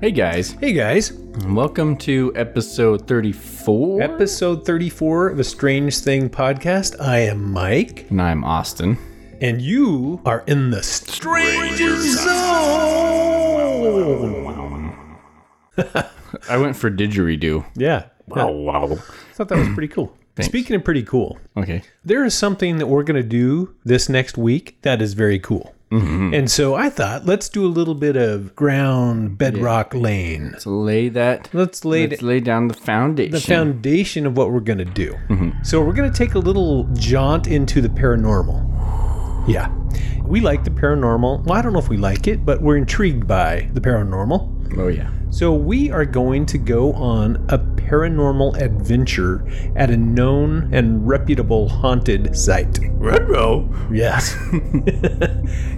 Hey guys, Hey guys, and welcome to episode 34. episode 34 of a Strange Thing podcast. I am Mike, and I'm Austin. and you are in the Stranger Zone. I went for didgeridoo. Yeah, yeah, wow. I thought that was pretty cool. Speaking of pretty cool, Okay. there is something that we're going to do this next week that is very cool. And so I thought, let's do a little bit of ground bedrock lane. Let's lay that. Let's lay Let's lay down the foundation. the foundation of what we're going to do. So we're going to take a little jaunt into the paranormal. Yeah. We like the paranormal. Well, I don't know if we like it, but we're intrigued by the paranormal. oh, yeah. So we are going to go on a paranormal adventure at a known and reputable haunted site. Retro. Yes.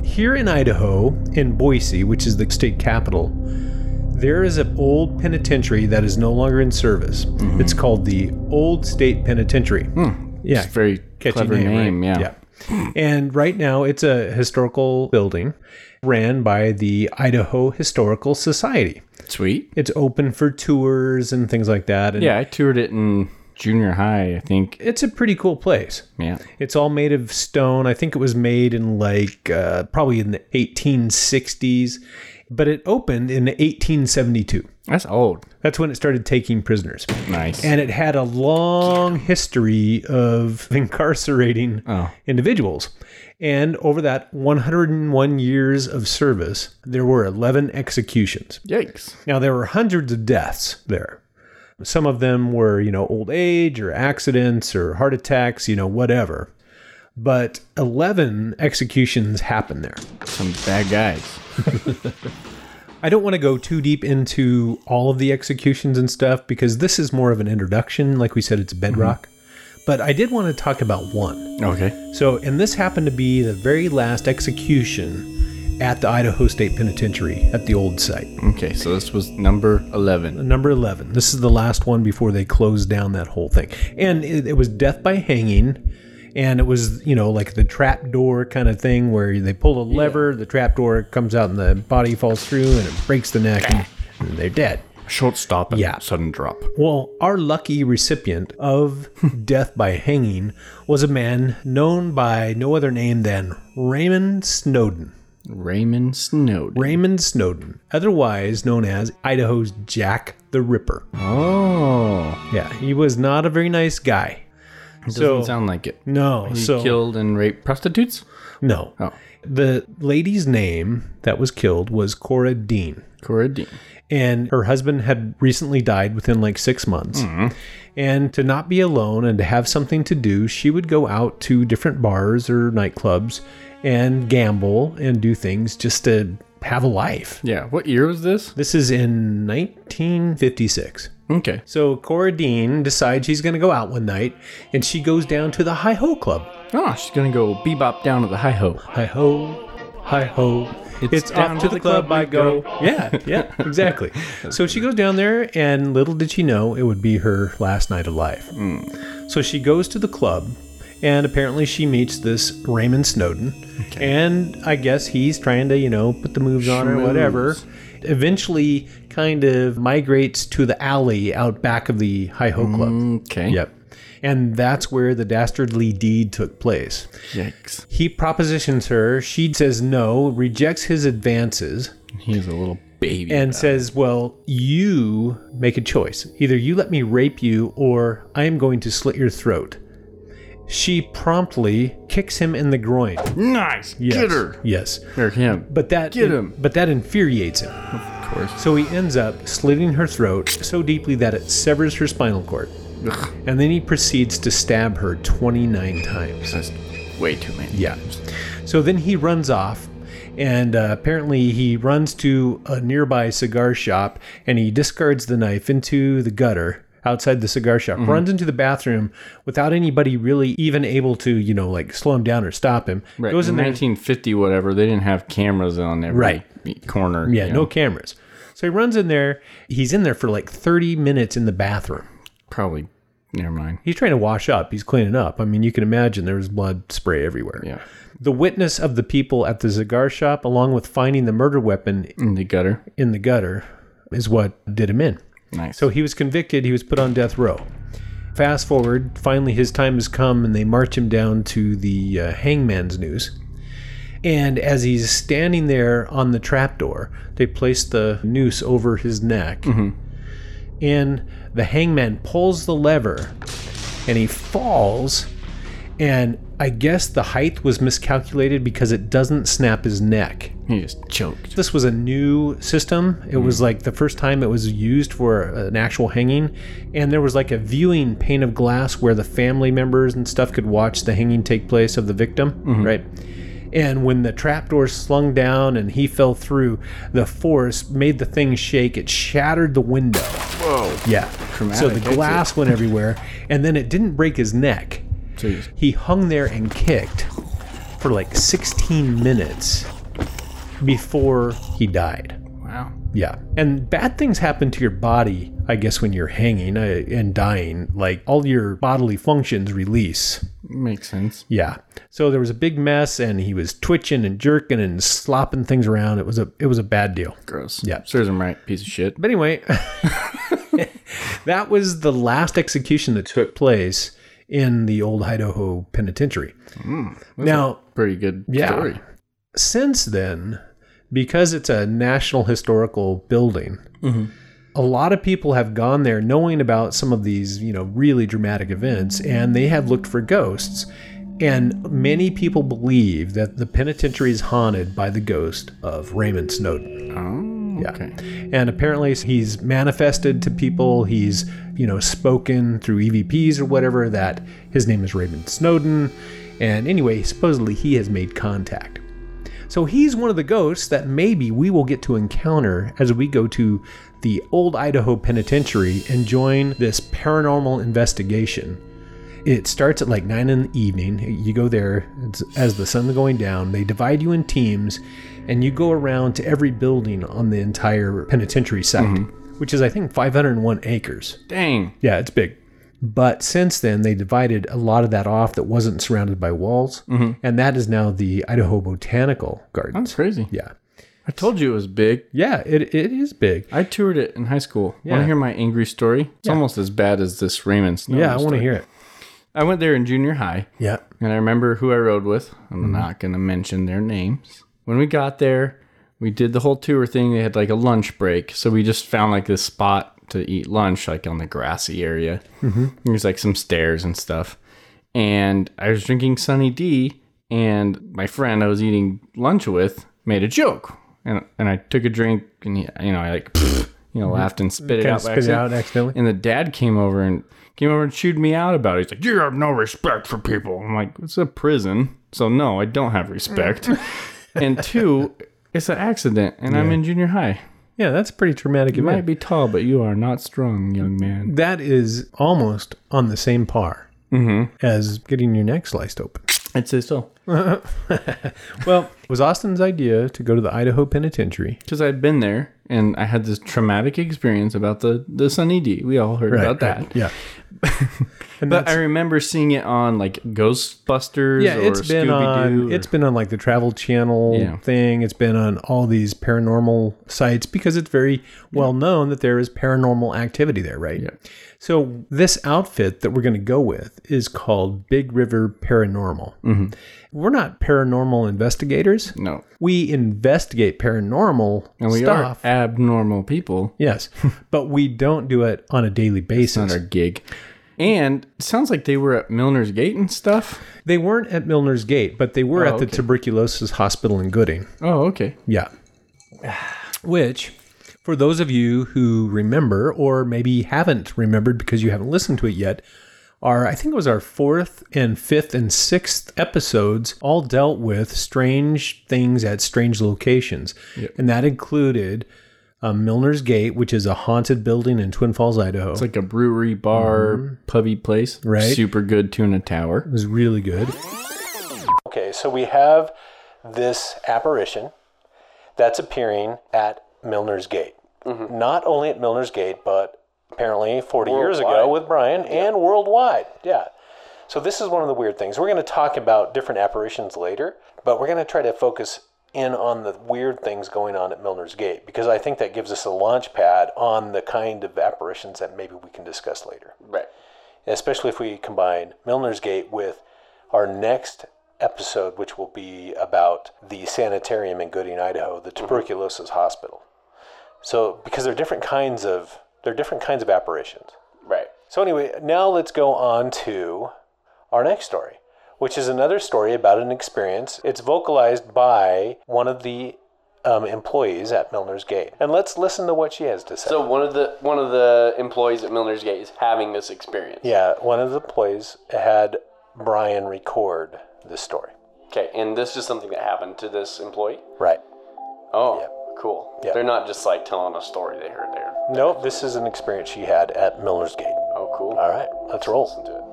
Here in Idaho, in Boise, which is the state capital, there is an old penitentiary that is no longer in service. Mm-hmm. It's called the Old State Penitentiary. Yeah. Hmm. It's a very Catchy clever name, name, yeah. Yeah. And right now, it's a historical building ran by the Idaho Historical Society. Sweet. It's open for tours and things like that. And Yeah, I toured it in junior high, I think. It's a pretty cool place. Yeah. It's all made of stone. I think it was made in like uh, probably in the 1860s, but it opened in 1872. That's old. That's when it started taking prisoners. Nice. And it had a long history of incarcerating Oh. individuals. And over that 101 years of service, there were 11 executions. Yikes. Now, there were hundreds of deaths there. Some of them were, you know, old age or accidents or heart attacks, you know, whatever. But 11 executions happened there. Some bad guys. I don't want to go too deep into all of the executions and stuff because this is more of an introduction. Like we said, it's bedrock. But I did want to talk about one. Okay. So, and this happened to be the very last execution at the Idaho State Penitentiary at the old site. Okay, so this was number 11. Number 11. This is the last one before they closed down that whole thing. And it, it was death by hanging. And it was, you know, like the trap door kind of thing where they pull a lever, the trap door comes out and the body falls through and it breaks the neck and, and they're dead. Short stop and Yeah. sudden drop. Well, our lucky recipient of death by hanging was a man known by no other name than Raymond Snowden. Raymond Snowden. Raymond Snowden, otherwise known as Idaho's Jack the Ripper. Oh, Yeah, he was not a very nice guy. doesn't So- sound like it. No, He so killed and raped prostitutes. no. Oh, The lady's name that was killed was Cora Dean, Cora Dean. and her husband had recently died within like six months. Mm-hmm. And to not be alone and to have something to do, she would go out to different bars or nightclubs and gamble and do things just to have a life. Yeah. What year was this? This is in 1956. Okay. So Cora Dean decides she's going to go out one night, and she goes down to the Hi Ho Club. Oh, she's gonna go bebop down at the hi ho. Hi ho, hi ho. It's down to the club I go. Yeah, yeah, exactly. so she goes down there, and little did she know it would be her last night of life. Hmm. So she goes to the club, and apparently she meets this Raymond Snowden. And I guess he's trying to, you know, put the moves on or whatever. Schmooze. Eventually, kind of migrates to the alley out back of the Hi Ho Hmm. Club. Okay. Yep. And that's where the dastardly deed took place. Yikes. He propositions her. She says no, rejects his advances, He's a little baby. and says, Well, you make a choice. Either you let me rape you, or I am going to slit your throat. She promptly kicks him in the groin. nice. Yes. Get her. Yes. Or him. But that Get him. but that infuriates him. Of course. So he ends up slitting her throat so deeply that it severs her spinal cord. Ugh, And then he proceeds to stab her 29 times. that's way too many. Yeah. So then he runs off, and uh, apparently he runs to a nearby cigar shop and he discards the knife into the gutter outside the cigar shop, Mm-hmm. runs into the bathroom without anybody really even able to, you know, like slow him down or stop him. Right. Goes in in there. 1950, whatever. They didn't have cameras on every Right. corner. Yeah, you no know. cameras. So he runs in there. He's in there for like 30 minutes in the bathroom. Probably. Never mind. He's trying to wash up. He's cleaning up. I mean, you can imagine there was blood spray everywhere. Yeah. The witness of the people at the cigar shop, along with finding the murder weapon In the gutter. in the gutter is what did him in. Nice. So he was convicted, he was put on death row. Fast forward, finally his time has come and they march him down to the uh, hangman's noose. And as he's standing there on the trapdoor, they place the noose over his neck. And the hangman pulls the lever and he falls. And I guess the height was miscalculated because it doesn't snap his neck he just Mm-hmm. choked. this was a new system. It was like the first time it was used for an actual hanging, and there was like a viewing pane of glass where the family members and stuff could watch the hanging take place of the victim, Mm-hmm. right? And when the trapdoor slung down and he fell through, the force made the thing shake. It shattered the window. Whoa. Yeah. so Traumatic the exit. glass went everywhere, and then it didn't break his neck. Jeez. He hung there and kicked for like 16 minutes before he died. Wow. Yeah. And bad things happen to your body, I guess, when you're hanging uh, and dying. Like all your bodily functions release. Makes sense. Yeah. So there was a big mess, and he was twitching and jerking and slopping things around. It was a it was a bad deal. Gross. Yeah. Serves him right. Piece of shit. But anyway, that was the last execution that took place in the old Idaho Penitentiary. now, Pretty good Yeah. story. since then, because it's a national historical building, a lot of people have gone there knowing about some of these, you know, really dramatic events, and they have looked for ghosts. And many people believe that the penitentiary is haunted by the ghost of Raymond Snowden. Oh. Okay. And apparently he's manifested to people, he's, you know, spoken through EVPs or whatever that his name is Raymond Snowden. And anyway, supposedly he has made contact. So he's one of the ghosts that maybe we will get to encounter as we go to the old Idaho Penitentiary and join this paranormal investigation. It starts at like 9 in the evening. You go there it's, as the sun's going down. They divide you in teams and you go around to every building on the entire penitentiary site, which is, I think, 501 acres. Dang. Yeah, it's big. But since then, they divided a lot of that off that wasn't surrounded by walls. And that is now the Idaho Botanical Garden. That's crazy. Yeah. I told you it was big. Yeah, it, it is big. I toured it in high school. Want Yeah. to hear my angry story? It's almost as bad as this Raymond Snow. yeah, I want story. to hear it. I went there in junior high, Yeah. and I remember who I rode with. I'm Mm-hmm. not going to mention their names. When we got there, we did the whole tour thing. They had like a lunch break, so we just found like this spot to eat lunch, like on the grassy area. Mm-hmm. There's like some stairs and stuff. And I was drinking Sunny D, and my friend I was eating lunch with made a joke, and and I took a drink, and he, you know I like. You know, laughed and spit it Kind out. of by Mm-hmm. spit it accident. out accidentally. And the dad came over and came over and chewed me out about it. He's like, "You have no respect for people." I'm like, "It's a prison, so no, I don't have respect." and two, it's an accident, and I'm in junior high. Yeah, that's a pretty traumatic You might event. be tall, but you are not strong, young man. That is almost on the same par as getting your neck sliced open. I'd say so Well, it was Austin's idea to go to the Idaho Penitentiary. because I'd been there and I had this traumatic experience about the the Sunny D. We all heard about that. Yeah. and But that's- I remember seeing it on like Ghostbusters yeah, or it's been Scooby on Doo. it's been on like the Travel Channel Yeah. thing. It's been on all these paranormal sites because it's very well known that there is paranormal activity there, right? Yeah. So this outfit that we're going to go with is called Big River Paranormal. Mm-hmm. We're not paranormal investigators. no, We investigate paranormal and we stuff. are abnormal people. yes, but we don't do it on a daily not basis. our gig. And it sounds like they were at Milner's Gate and stuff. They weren't at Milner's Gate, but they were Oh, at the okay. tuberculosis hospital in Gooding. Oh, okay. Yeah. Which, for those of you who remember, or maybe haven't remembered because you haven't listened to it yet, are I think it was our fourth and fifth and sixth episodes all dealt with strange things at strange locations. And that included uh, Milner's Gate, which is a haunted building in Twin Falls, Idaho. It's like a brewery, bar, pubby place. Mm-hmm. Right. Super good tuna tower. It was really good. Okay, so we have this apparition that's appearing at Milner's Gate. Not only at Milner's Gate, but apparently 40 years ago with Brian and worldwide. Yeah. So this is one of the weird things. We're going to talk about different apparitions later, but we're going to try to focus in on the weird things going on at Milner's Gate because I think that gives us a launch pad on the kind of apparitions that maybe we can discuss later. Right. especially if we combine Milner's Gate with our next episode, which will be about the sanitarium in Gooding, Idaho, the tuberculosis hospital. So, because they're different kinds of they're different kinds of apparitions. Right. So anyway, now let's go on to our next story, which is another story about an experience. It's vocalized by one of the um, employees at Milner's Gate, and let's listen to what she has to say. So one of the one of the employees at Milner's Gate is having this experience. Yeah, one of the plays had Brian record this story. Okay, and this is something that happened to this employee. Right. Oh, cool. Yep. They're not just like telling a story they heard there. Nope, this is an experience she had at Miller's Gate. Oh, cool. All right, let's roll. Listen to it.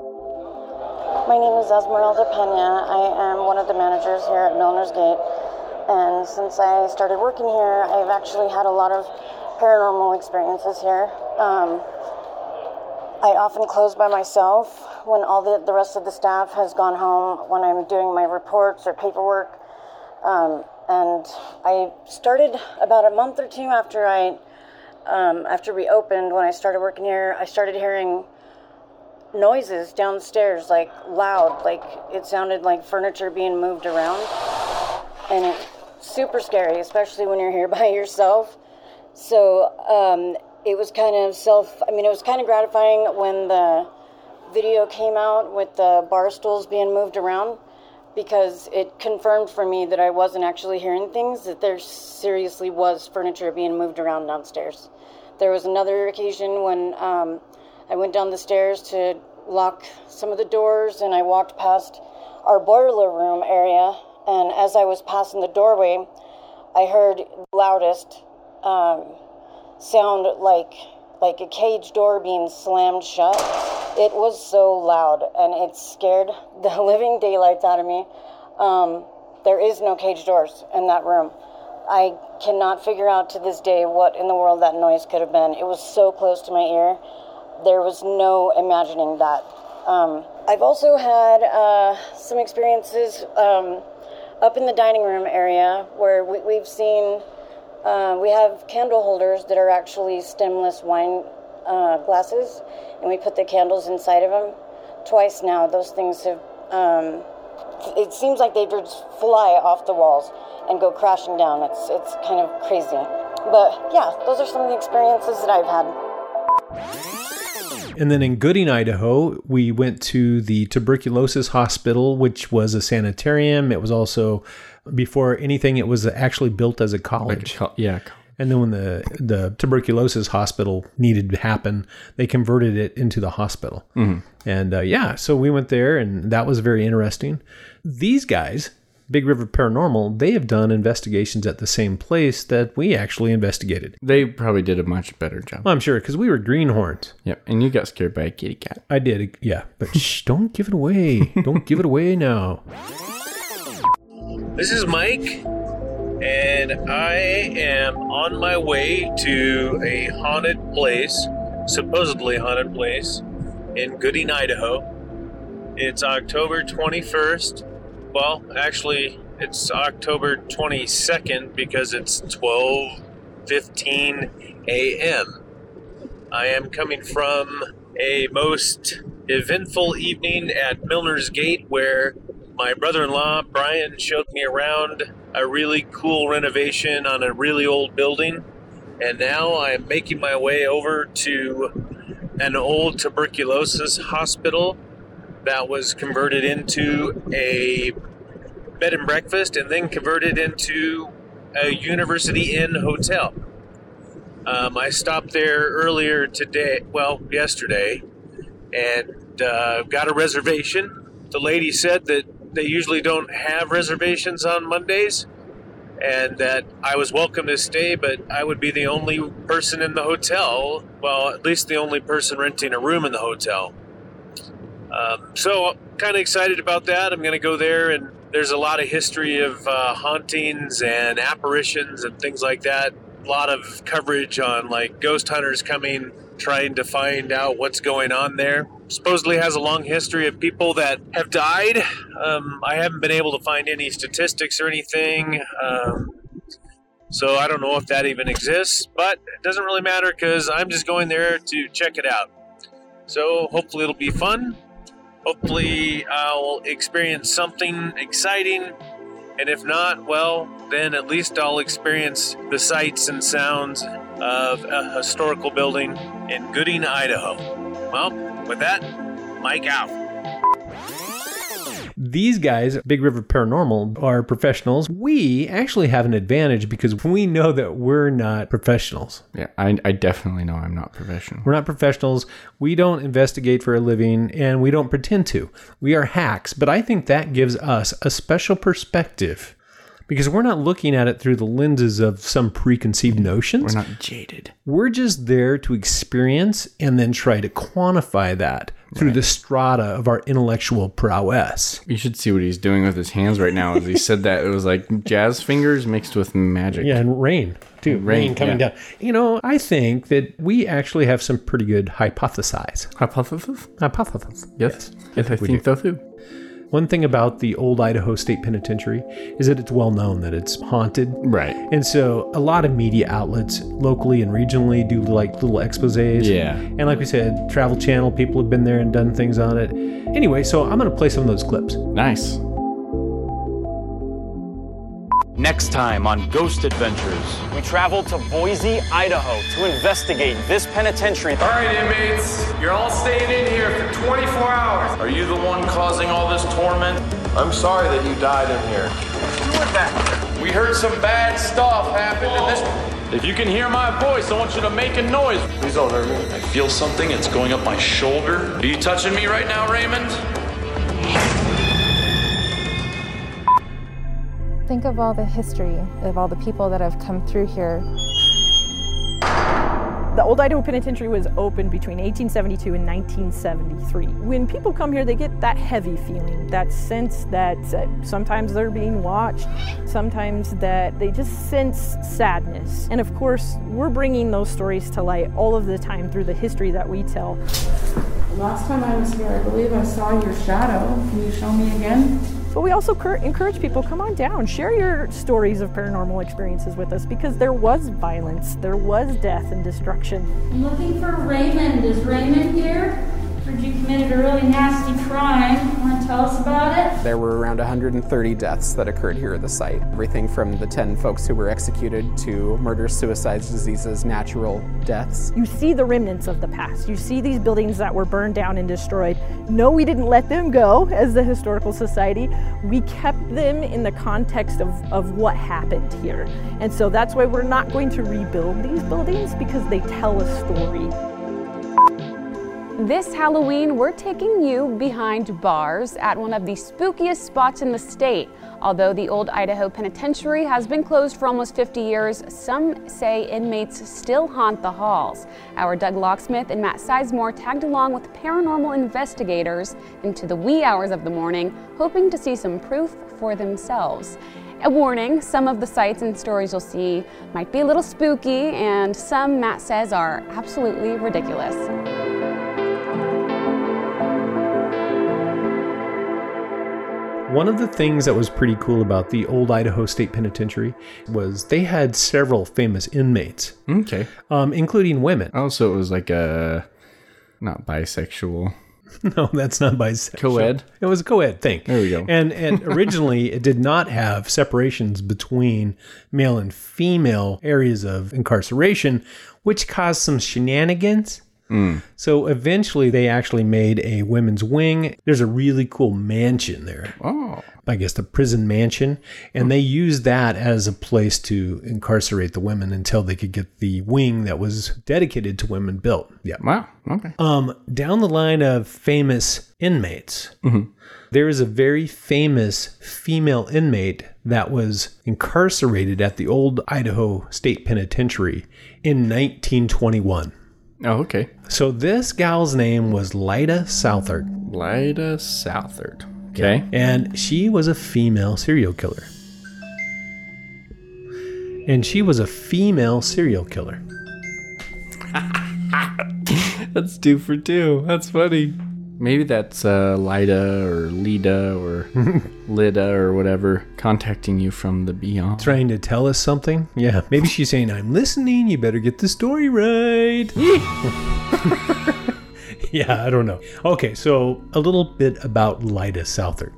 My name is Esmeralda Pena. I am one of the managers here at Milner's Gate. And since I started working here, I've actually had a lot of paranormal experiences here. Um, I often close by myself when all the, the rest of the staff has gone home when I'm doing my reports or paperwork. Um, and I started about a month or two after I, um, after we opened, when I started working here, I started hearing noises downstairs, like loud, like it sounded like furniture being moved around. And it's super scary, especially when you're here by yourself. So um, it was kind of self, I mean, it was kind of gratifying when the video came out with the bar stools being moved around because it confirmed for me that I wasn't actually hearing things, that there seriously was furniture being moved around downstairs. There was another occasion when um, I went down the stairs to lock some of the doors and I walked past our boiler room area. And as I was passing the doorway, I heard the loudest um, sound like like a cage door being slammed shut. It was so loud and it scared the living daylights out of me. Um, there is no cage doors in that room. I cannot figure out to this day what in the world that noise could have been. It was so close to my ear. There was no imagining that. Um, I've also had uh, some experiences um, up in the dining room area where we, we've seen uh, we have candle holders that are actually stemless wine uh, glasses, and we put the candles inside of them. Twice now, those things have. Um, it seems like they just fly off the walls and go crashing down. It's it's kind of crazy, but yeah, those are some of the experiences that I've had. And then in Gooding, Idaho, we went to the tuberculosis hospital, which was a sanitarium. It was also, before anything, it was actually built as a college. Co- yeah. co- and then when the, the tuberculosis hospital needed to happen, they converted it into the hospital. And uh, yeah, so we went there, and that was very interesting. These guys, Big River Paranormal, they have done investigations at the same place that we actually investigated. They probably did a much better job. Well, I'm sure because we were greenhorns. Yep. And you got scared by a kitty cat. I did, yeah. But shh, don't give it away. Don't give it away now. This is Mike, and I am on my way to a haunted place, supposedly haunted place, in Gooding, Idaho. It's October 21st. Well, actually, it's October 22nd because it's 12:15 a.m. I am coming from a most eventful evening at Milner's Gate where my brother in law, Brian, showed me around a really cool renovation on a really old building. And now I'm making my way over to an old tuberculosis hospital that was converted into a bed and breakfast and then converted into a University Inn hotel. Um, I stopped there earlier today, well, yesterday, and uh, got a reservation. The lady said that they usually don't have reservations on Mondays and that I was welcome to stay, but I would be the only person in the hotel, well, at least the only person renting a room in the hotel. Um, so, kind of excited about that. I'm going to go there, and there's a lot of history of uh, hauntings and apparitions and things like that. A lot of coverage on like ghost hunters coming trying to find out what's going on there. Supposedly has a long history of people that have died. Um, I haven't been able to find any statistics or anything. Um, so I don't know if that even exists, but it doesn't really matter because I'm just going there to check it out. So hopefully it'll be fun. Hopefully I'll experience something exciting. And if not, well, then at least I'll experience the sights and sounds of a historical building in Gooding, Idaho. Well, with that, Mike out. These guys, Big River Paranormal, are professionals. We actually have an advantage because we know that we're not professionals. Yeah, I, I definitely know I'm not professional. We're not professionals. We don't investigate for a living and we don't pretend to. We are hacks, but I think that gives us a special perspective because we're not looking at it through the lenses of some preconceived notions. We're not jaded. We're just there to experience and then try to quantify that through the strata of our intellectual prowess. You should see what he's doing with his hands right now. As he said that, it was like jazz fingers mixed with magic. Yeah, and rain too. Rain, rain, coming yeah. down. You know, I think that we actually have some pretty good hypothesize. Hypothesis? Hypothesis. Yes. Yes, I think so too. One thing about the old Idaho State Penitentiary is that it's well known that it's haunted. Right. And so a lot of media outlets locally and regionally do like little exposés. Yeah. And like we said, Travel Channel people have been there and done things on it. Anyway, so I'm going to play some of those clips. Nice. Next time on Ghost Adventures. We traveled to Boise, Idaho to investigate this penitentiary. All right, inmates, you're all staying in here for 24 hours. Are you the one causing all this torment? I'm sorry that you died in here. We heard some bad stuff happen in this. If you can hear my voice, I want you to make a noise. Please don't hurt me. I feel something. It's going up my shoulder. Are you touching me right now, Raymond? Think of all the history of all the people that have come through here. The Old Idaho Penitentiary was opened between 1872 and 1973. When people come here, they get that heavy feeling, that sense that uh, sometimes they're being watched, sometimes that they just sense sadness. And of course, we're bringing those stories to light all of the time through the history that we tell. Last time I was here, I believe I saw your shadow. Can you show me again? But we also cur- encourage people come on down, share your stories of paranormal experiences with us because there was violence, there was death and destruction. I'm looking for Raymond. Is Raymond here? Heard you committed a really nasty crime. Want to tell us about it? There were around 130 deaths that occurred here at the site. Everything from the 10 folks who were executed to murders, suicides, diseases, natural deaths. You see the remnants of the past. You see these buildings that were burned down and destroyed. No, we didn't let them go as the Historical Society. We kept them in the context of, of what happened here. And so that's why we're not going to rebuild these buildings because they tell a story. This Halloween, we're taking you behind bars at one of the spookiest spots in the state. Although the old Idaho Penitentiary has been closed for almost 50 years, some say inmates still haunt the halls. Our Doug Locksmith and Matt Sizemore tagged along with paranormal investigators into the wee hours of the morning, hoping to see some proof for themselves. A warning some of the sights and stories you'll see might be a little spooky, and some, Matt says, are absolutely ridiculous. One of the things that was pretty cool about the old Idaho State Penitentiary was they had several famous inmates, Okay. um, including women. Also, it was like a not bisexual No, Oh, that's not bisexual. co-ed. It was a co-ed thing. There we go. And and originally it did not have separations between male and female areas of incarceration, which caused some shenanigans. So eventually they actually made a women's wing. There's a really cool mansion there. Oh, I guess the prison mansion, and they used that as a place to incarcerate the women until they could get the wing that was dedicated to women built. Yeah. wow. Okay. Oh, Um, down the line of famous inmates, there is a very famous female inmate that was incarcerated at the old Idaho State Penitentiary in 1921. Oh, okay. So this gal's name was Lida Southard, Lida Southard. Okay. and she was a female serial killer. And she was a female serial killer. That's two for two. That's funny. Maybe that's uh, Lida or Lida or Lida or whatever contacting you from the beyond. Trying to tell us something? Yeah. Maybe she's saying, I'm listening. You better get the story right. yeah, I don't know. Okay, so a little bit about Lida Southard.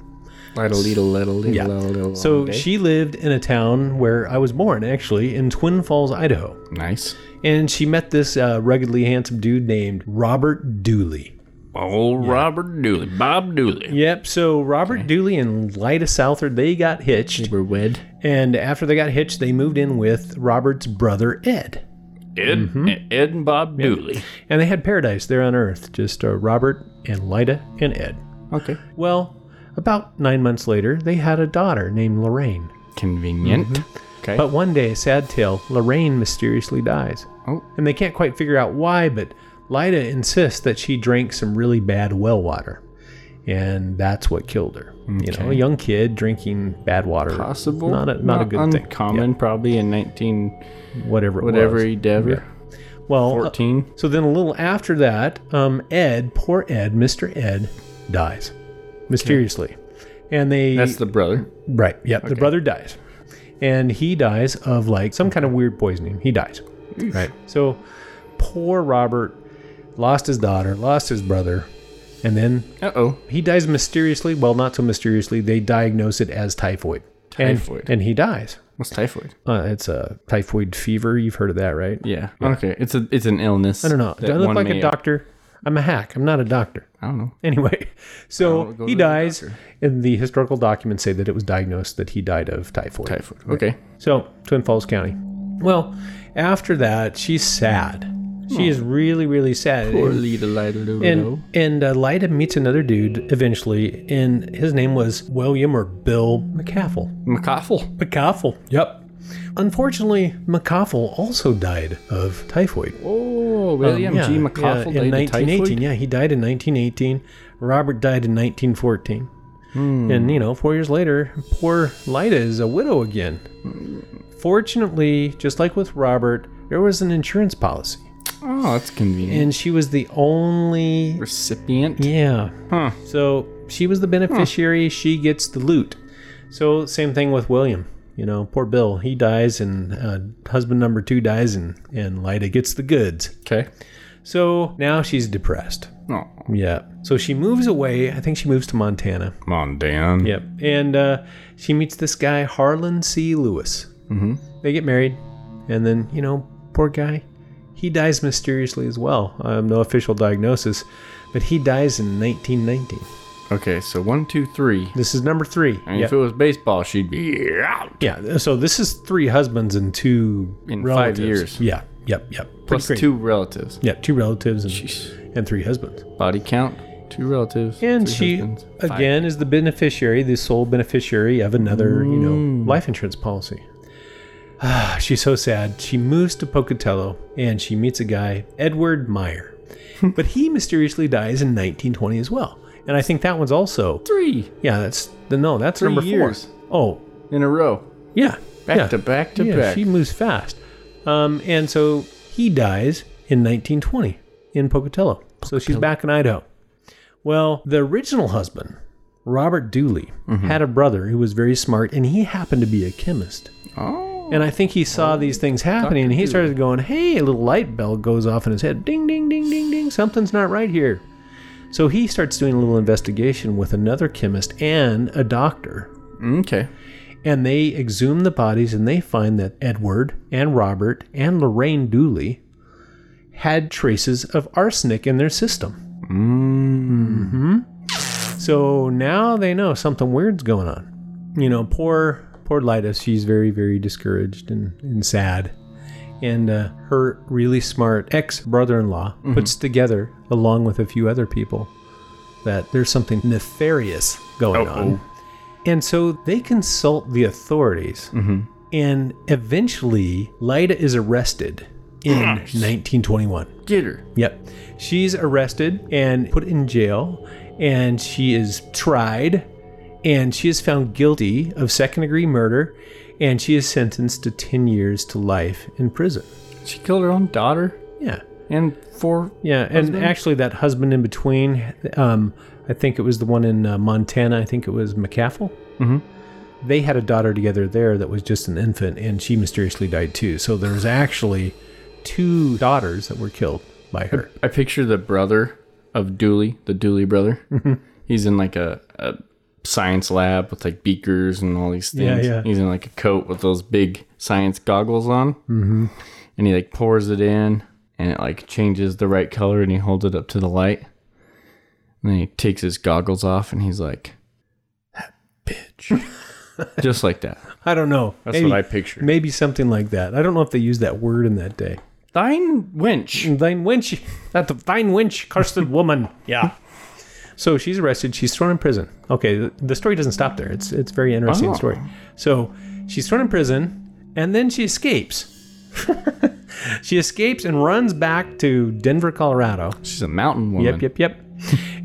Lida, Lida, Lida, Lida, Yeah. Lida, Lida, So Lida. she lived in a town where I was born, actually, in Twin Falls, Idaho. Nice. And she met this uh, ruggedly handsome dude named Robert Dooley. Old Robert Dooley, Bob Dooley. Yep. So Robert Dooley and Lida Southard, they got hitched. They were wed. And after they got hitched, they moved in with Robert's brother Ed. Ed, Ed and Bob Dooley. And they had paradise there on Earth, just uh, Robert and Lida and Ed. Okay. Well, about nine months later, they had a daughter named Lorraine. Convenient. Mhm. Okay. But one day, sad tale, Lorraine mysteriously dies. Oh. And they can't quite figure out why, but Lida insists that she drank some really bad well water. And that's what killed her. You know, a Okay. young kid drinking bad water. Possible. Not a, not, a good thing. Uncommon, probably in 19 whatever it whatever was. he dever. Yeah. Well, 14. uh, so then a little after that, um, Ed, poor Ed, Mr. Ed, dies mysteriously. And they. That's the brother. Right. Yep. The brother dies. And he dies of like some kind of weird poisoning. He dies. Right. So poor Robert lost his daughter, lost his brother, and then uh oh. He dies mysteriously. Well, not so mysteriously. They diagnose it as typhoid. And- Typhoid. And, he dies. What's typhoid? Uh, it's a typhoid fever. You've heard of that, right? Yeah. Okay. It's a it's an illness. I don't know. that Do I look one like a may- doctor? I'm a hack. I'm not a doctor. I don't know. Anyway, so I'll go he to the dies, and the historical documents say that it was diagnosed that he died of typhoid. Typhoid. Okay. So, Twin Falls County. Well, after that, she's sad. She is really, really sad. Hmm. Poor And- Lita Lida Lulu. and and uh, Lyda meets another dude eventually, and his name was William or Bill McCaffle. McCaffle. McCaffle. Yep. Unfortunately, McCaffle also died of typhoid. Oh, William Um, G. yeah, McCaffle yeah, in died of 1918. typhoid? Yeah, he died in 1918. Robert died in 1914. Hmm. And you know, four years later, poor Lyda is a widow again. Fortunately, just like with Robert, there was an insurance policy. Oh, that's convenient. And she was the only recipient. Yeah. Huh. So she was the beneficiary. She gets the loot. So same thing with William. You know, poor Bill. He dies, and uh, husband number two dies, and and Lyda gets the goods. Okay. So now she's depressed. Oh. Yeah. So she moves away. I think she moves to Montana. Come on, Dan. Yep. And uh, she meets this guy, Harlan C. Lewis. Mm-hmm. They get married, and then, you know, poor guy, he dies mysteriously as well. Um, no official diagnosis, but he dies in 1919. Okay, so one, two, three. This is number three. And Yeah. if it was baseball, she'd be out. Yeah. So this is three husbands and two In five relatives. years. Yeah. Yep. Yep. Plus Pretty two great. relatives. Yeah, two relatives and, and three husbands. Body count, two relatives. And two she husbands, five. again is the beneficiary, the sole beneficiary of another, you know, life insurance policy. Ah, she's so sad. She moves to Pocatello and she meets a guy, Edward Meyer. but he mysteriously dies in 1920 as well. And I think that one's also Three. Yeah, that's no, that's Three number years. four. Oh, in a row. Yeah. Back yeah. to back to yeah, back. She moves fast. Um, and so he dies in 1920 in Pocatello. So she's back in Idaho. Well, the original husband, Robert Dooley, had a brother who was very smart and he happened to be a chemist. Oh. And I think he saw these things happening and he started going, hey, a little light bell goes off in his head. Ding, ding, ding, ding, ding. Something's not right here. So he starts doing a little investigation with another chemist and a doctor Okay. and they exhume the bodies and they find that Edward and Robert and Lorraine Dooley had traces of arsenic in their system. Mm-hmm. So now they know something weird's going on. You know, poor poor Lyda, she's very very discouraged and, and sad. And uh, her really smart ex brother in law puts together, along with a few other people, that there's something nefarious going on. And so they consult the authorities. And eventually, Lyda is arrested in 1921. Get her. Yep. She's arrested and put in jail. And she is tried. And she is found guilty of second degree murder. And she is sentenced to 10 years to life in prison. She killed her own daughter. Yeah. and four. Yeah, and husbands? actually, that husband in between, um, I think it was the one in uh, Montana. I think it was McCaffrey. Mhm. They had a daughter together there that was just an infant, and she mysteriously died too. So there was actually two daughters that were killed by her. I picture the brother of Dooley, the Dooley brother. Mhm. He's in like a, a science lab with like beakers and all these Yeah, things. yeah. He's in like a coat with those big science goggles on. Mhm. And he like pours it in and it like changes the right color and he holds it up to the light. And then he takes his goggles off and he's like, that bitch. Just like that. I don't know. That's what I pictured. Maybe something like that. I don't know if they used that word in that day. Thine winch. Thine winch. That the thine winch cursed woman. Yeah. So she's arrested. She's thrown in prison. Okay, the, the story doesn't stop there. It's it's a very interesting Oh. story. So she's thrown in prison, and then she escapes. she escapes and runs back to Denver, Colorado. She's a mountain woman. Yep, yep, yep.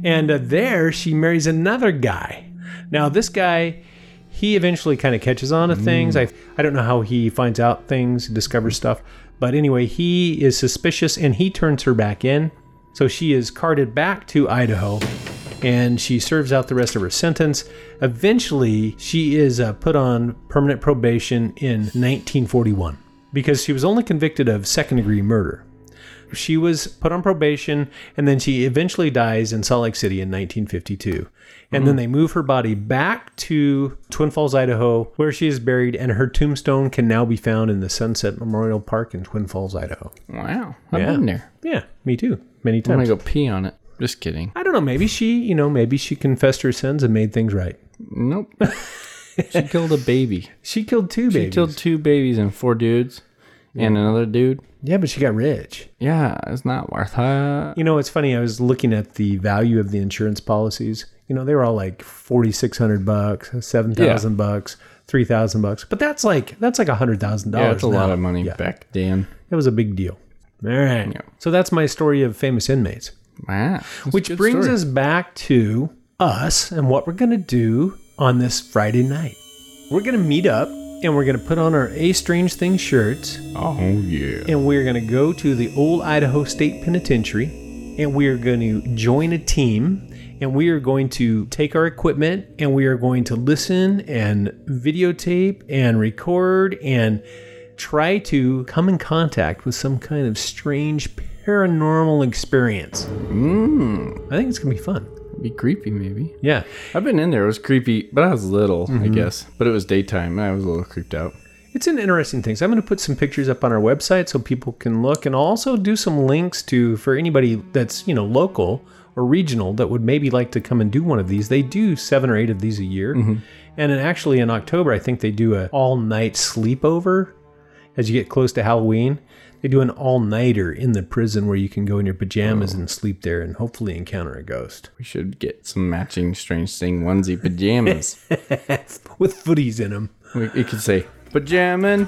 and uh, there she marries another guy. Now this guy, he eventually kind of catches on to things. I I don't know how he finds out things, discovers stuff, but anyway, he is suspicious and he turns her back in. So she is carted back to Idaho. And she serves out the rest of her sentence. Eventually, she is uh, put on permanent probation in 1941 because she was only convicted of second degree murder. She was put on probation and then she eventually dies in Salt Lake City in 1952. And Mm-hmm. then they move her body back to Twin Falls, Idaho, where she is buried, and her tombstone can now be found in the Sunset Memorial Park in Twin Falls, Idaho. Wow. I've Yeah. been there. Yeah, me too. Many I'm going times. to go pee on it. Just kidding. I don't know. Maybe she, you know, maybe she confessed her sins and made things right. Nope. she killed a baby. She killed two She babies. killed two babies and four dudes and another dude. yeah, but she got rich. Yeah, it's not worth it. You know, it's funny. I was looking at the value of the insurance policies. You know, they were all like forty six hundred bucks, seven thousand bucks, three thousand bucks. But that's like that's like a hundred thousand Yeah, dollars. Oh, it's a lot now. of money Yeah, back then. it was a big deal. All right. So that's my story of famous inmates, Wow. That's a which good brings story. us back to us and what we're gonna do on this Friday night. We're gonna meet up and we're gonna put on our A Strange Thing shirts Oh, yeah. and we're going to go to the old Idaho State Penitentiary and we are going to join a team and we are going to take our equipment and we are going to listen and videotape and record and try to come in contact with some kind of strange paranormal experience. Mm. I think it's going to be fun. Be creepy, maybe. Mm-hmm. Yeah. I've been in there. It was creepy, but I was little, I Mhm. guess. But it was daytime. and I was a little creeped out. It's an interesting thing. So I'm going to put some pictures up on our website so people can look, and I'll also do some links to for anybody that's you know local or regional that would maybe like to come and do one of these. They do seven or eight of these a year, and then actually in October I think they do a all night sleepover. As you get close to Halloween, they do an all nighter in the prison where you can go in your pajamas and sleep there and hopefully encounter a ghost We should get some matching strange thing onesie pajamas. with footies in them. we, it could say pajamin.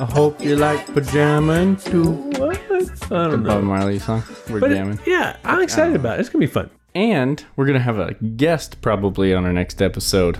I hope you like pajamin too. What? I The Bob don't know. Marley song. We're But it- Oh. jamming. yeah, I'm excited about it. It's gonna be fun. And we're going to have a guest probably on our next episode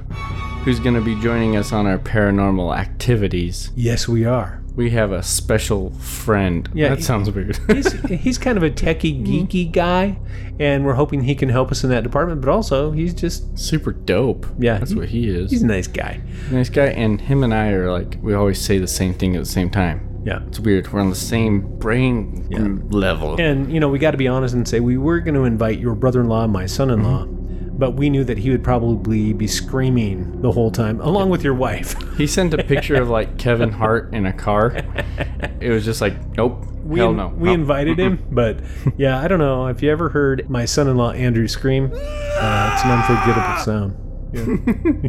who's going to be joining us on our paranormal activities. Yes, we are. We have a special friend. Yeah, that he- sounds weird. he's, he's kind of a Mm-hmm. techie, geeky guy, and we're hoping he can help us in that department. But also, he's just Super dope. Yeah, That's he- what he is. he's a nice guy. nice guy. And him and I are like, we always say the same thing at the same time. Yeah. It's weird. We're on the same brain level. And you know, we got to be honest and say we were going to invite your brother-in-law and my son-in-law, but we knew that he would probably be screaming the whole time, along with your wife. He sent a picture of like Kevin Hart in a car. It was just like, nope. We, hell in- no. we no. invited him, but yeah, I don't know. If you ever heard my son-in-law Andrew scream, uh, it's an unforgettable sound.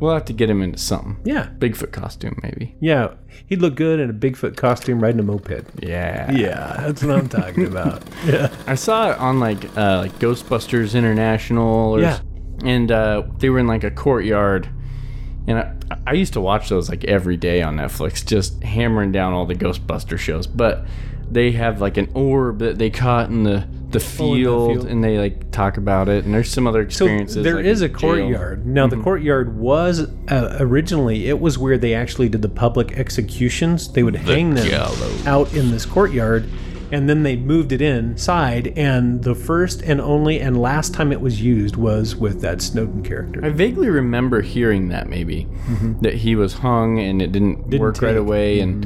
We'll have to get him into something. Yeah, Bigfoot costume, maybe. yeah, he'd look good in a Bigfoot costume riding a moped. Yeah. Yeah, that's what I'm talking about. I saw it on like uh, like Ghostbusters International, or Yeah. s- and uh, they were in like a courtyard, and I, I used to watch those like every day on Netflix, just hammering down all the Ghostbuster shows. But they have like an orb that they caught in the the Oh, in the field, field. and they like talk about it, and there's some other So experiences. there like, is a in jail. Mm-hmm. courtyard. Now the courtyard was uh, originally it was where they actually did the public executions. They would hang them out in this courtyard, and then they moved it inside. And the first and only and last time it was used was with that Snowden character. I vaguely remember hearing that maybe Mm-hmm. that he was hung and it didn't, Didn't work right take. away and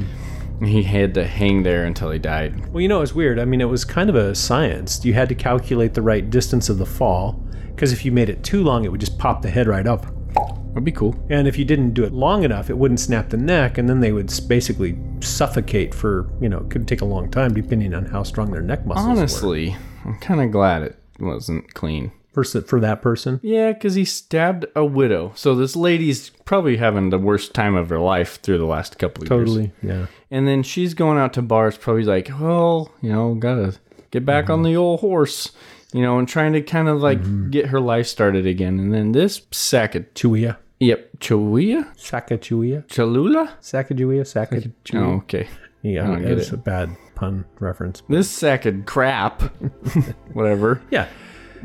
Mm-hmm. he had to hang there until he died. Well, you know, it's weird. I mean, it was kind of a science. You had to calculate the right distance of the fall, because if you made it too long, it would just pop the head right up. That'd be cool. And if you didn't do it long enough, it wouldn't snap the neck, and then they would s- basically suffocate for, you know, it could take a long time depending on how strong their neck muscles Honestly, I'm kind of glad it wasn't clean. were. For, for that person. Yeah, because he stabbed a widow. So this lady's probably having the worst time of her life through the last couple of years. Totally. Yeah. And then she's going out to bars, probably like, well, you know, gotta get back on the old horse, you know, and trying to kind of like Mm-hmm. get her life started again. And then this sack of Chuya. Yep, Chihuahua, Sacagawea. Cholula. Sacagawea. Sacagawea. Oh, okay. Yeah, I don't get that's it. a bad pun reference. This sack of crap, whatever. Yeah.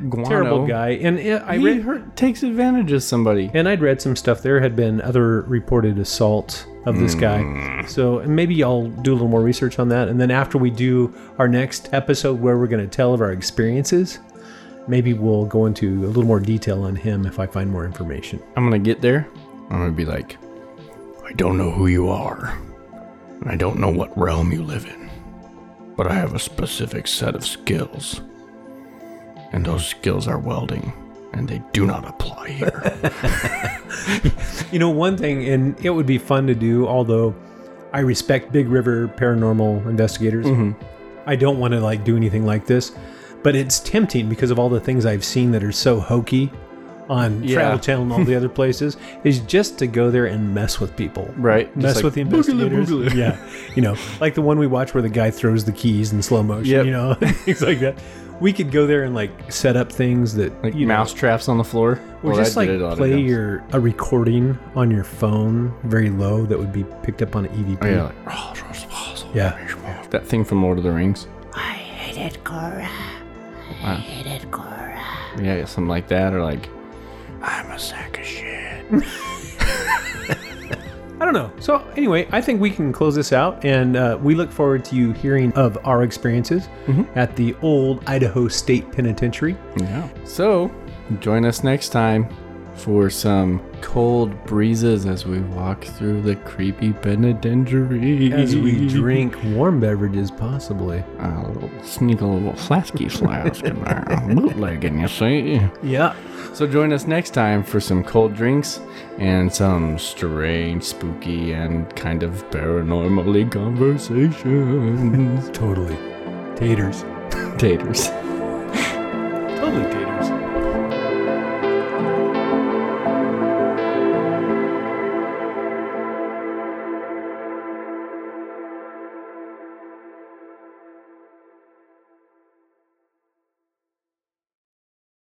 Guano. Terrible guy. And uh, I He read hurt, takes advantage of somebody. And I'd read some stuff. There had been other reported assaults of this guy. So and maybe I'll do a little more research on that. And then after we do our next episode where we're going to tell of our experiences, maybe we'll go into a little more detail on him if I find more information. I'm gonna get there. I'm gonna be like, I don't know who you are, and I don't know what realm you live in, but I have a specific set of skills, and those skills are welding, and they do not apply here. You know, one thing, and it would be fun to do, although I respect Big River paranormal investigators. Mm-hmm. I don't want to like do anything like this, but it's tempting because of all the things I've seen that are so hokey on Yeah. Travel Channel and all the other places is just to go there and mess with people. Right, just Mess like, with the "Boogala, investigators. boogala." Yeah. You know, like the one we watch where the guy throws the keys in slow motion, Yep. you know, things like that. We could go there and like set up things that like you know, mouse traps on the floor. or Well, I just did like it a lot of play times. your a recording on your phone very low that would be picked up on E EVP. Oh, yeah, like, yeah. that thing from Lord of the Rings. hated Cora. Wow. Hated Cora. Yeah, something like that, or like, I'm a sack of shit. I don't know. So anyway, I think we can close this out, and uh, we look forward to you hearing of our experiences at the old Idaho State Penitentiary. Yeah. So, join us next time for some cold breezes as we walk through the creepy penitentiary. As we drink warm beverages, possibly. A little, sneak a little flasky flask in there. Bootlegging, you see? Yeah. So, join us next time for some cold drinks and some strange, spooky, and kind of paranormally conversations. totally. Taters. Taters. Totally taters.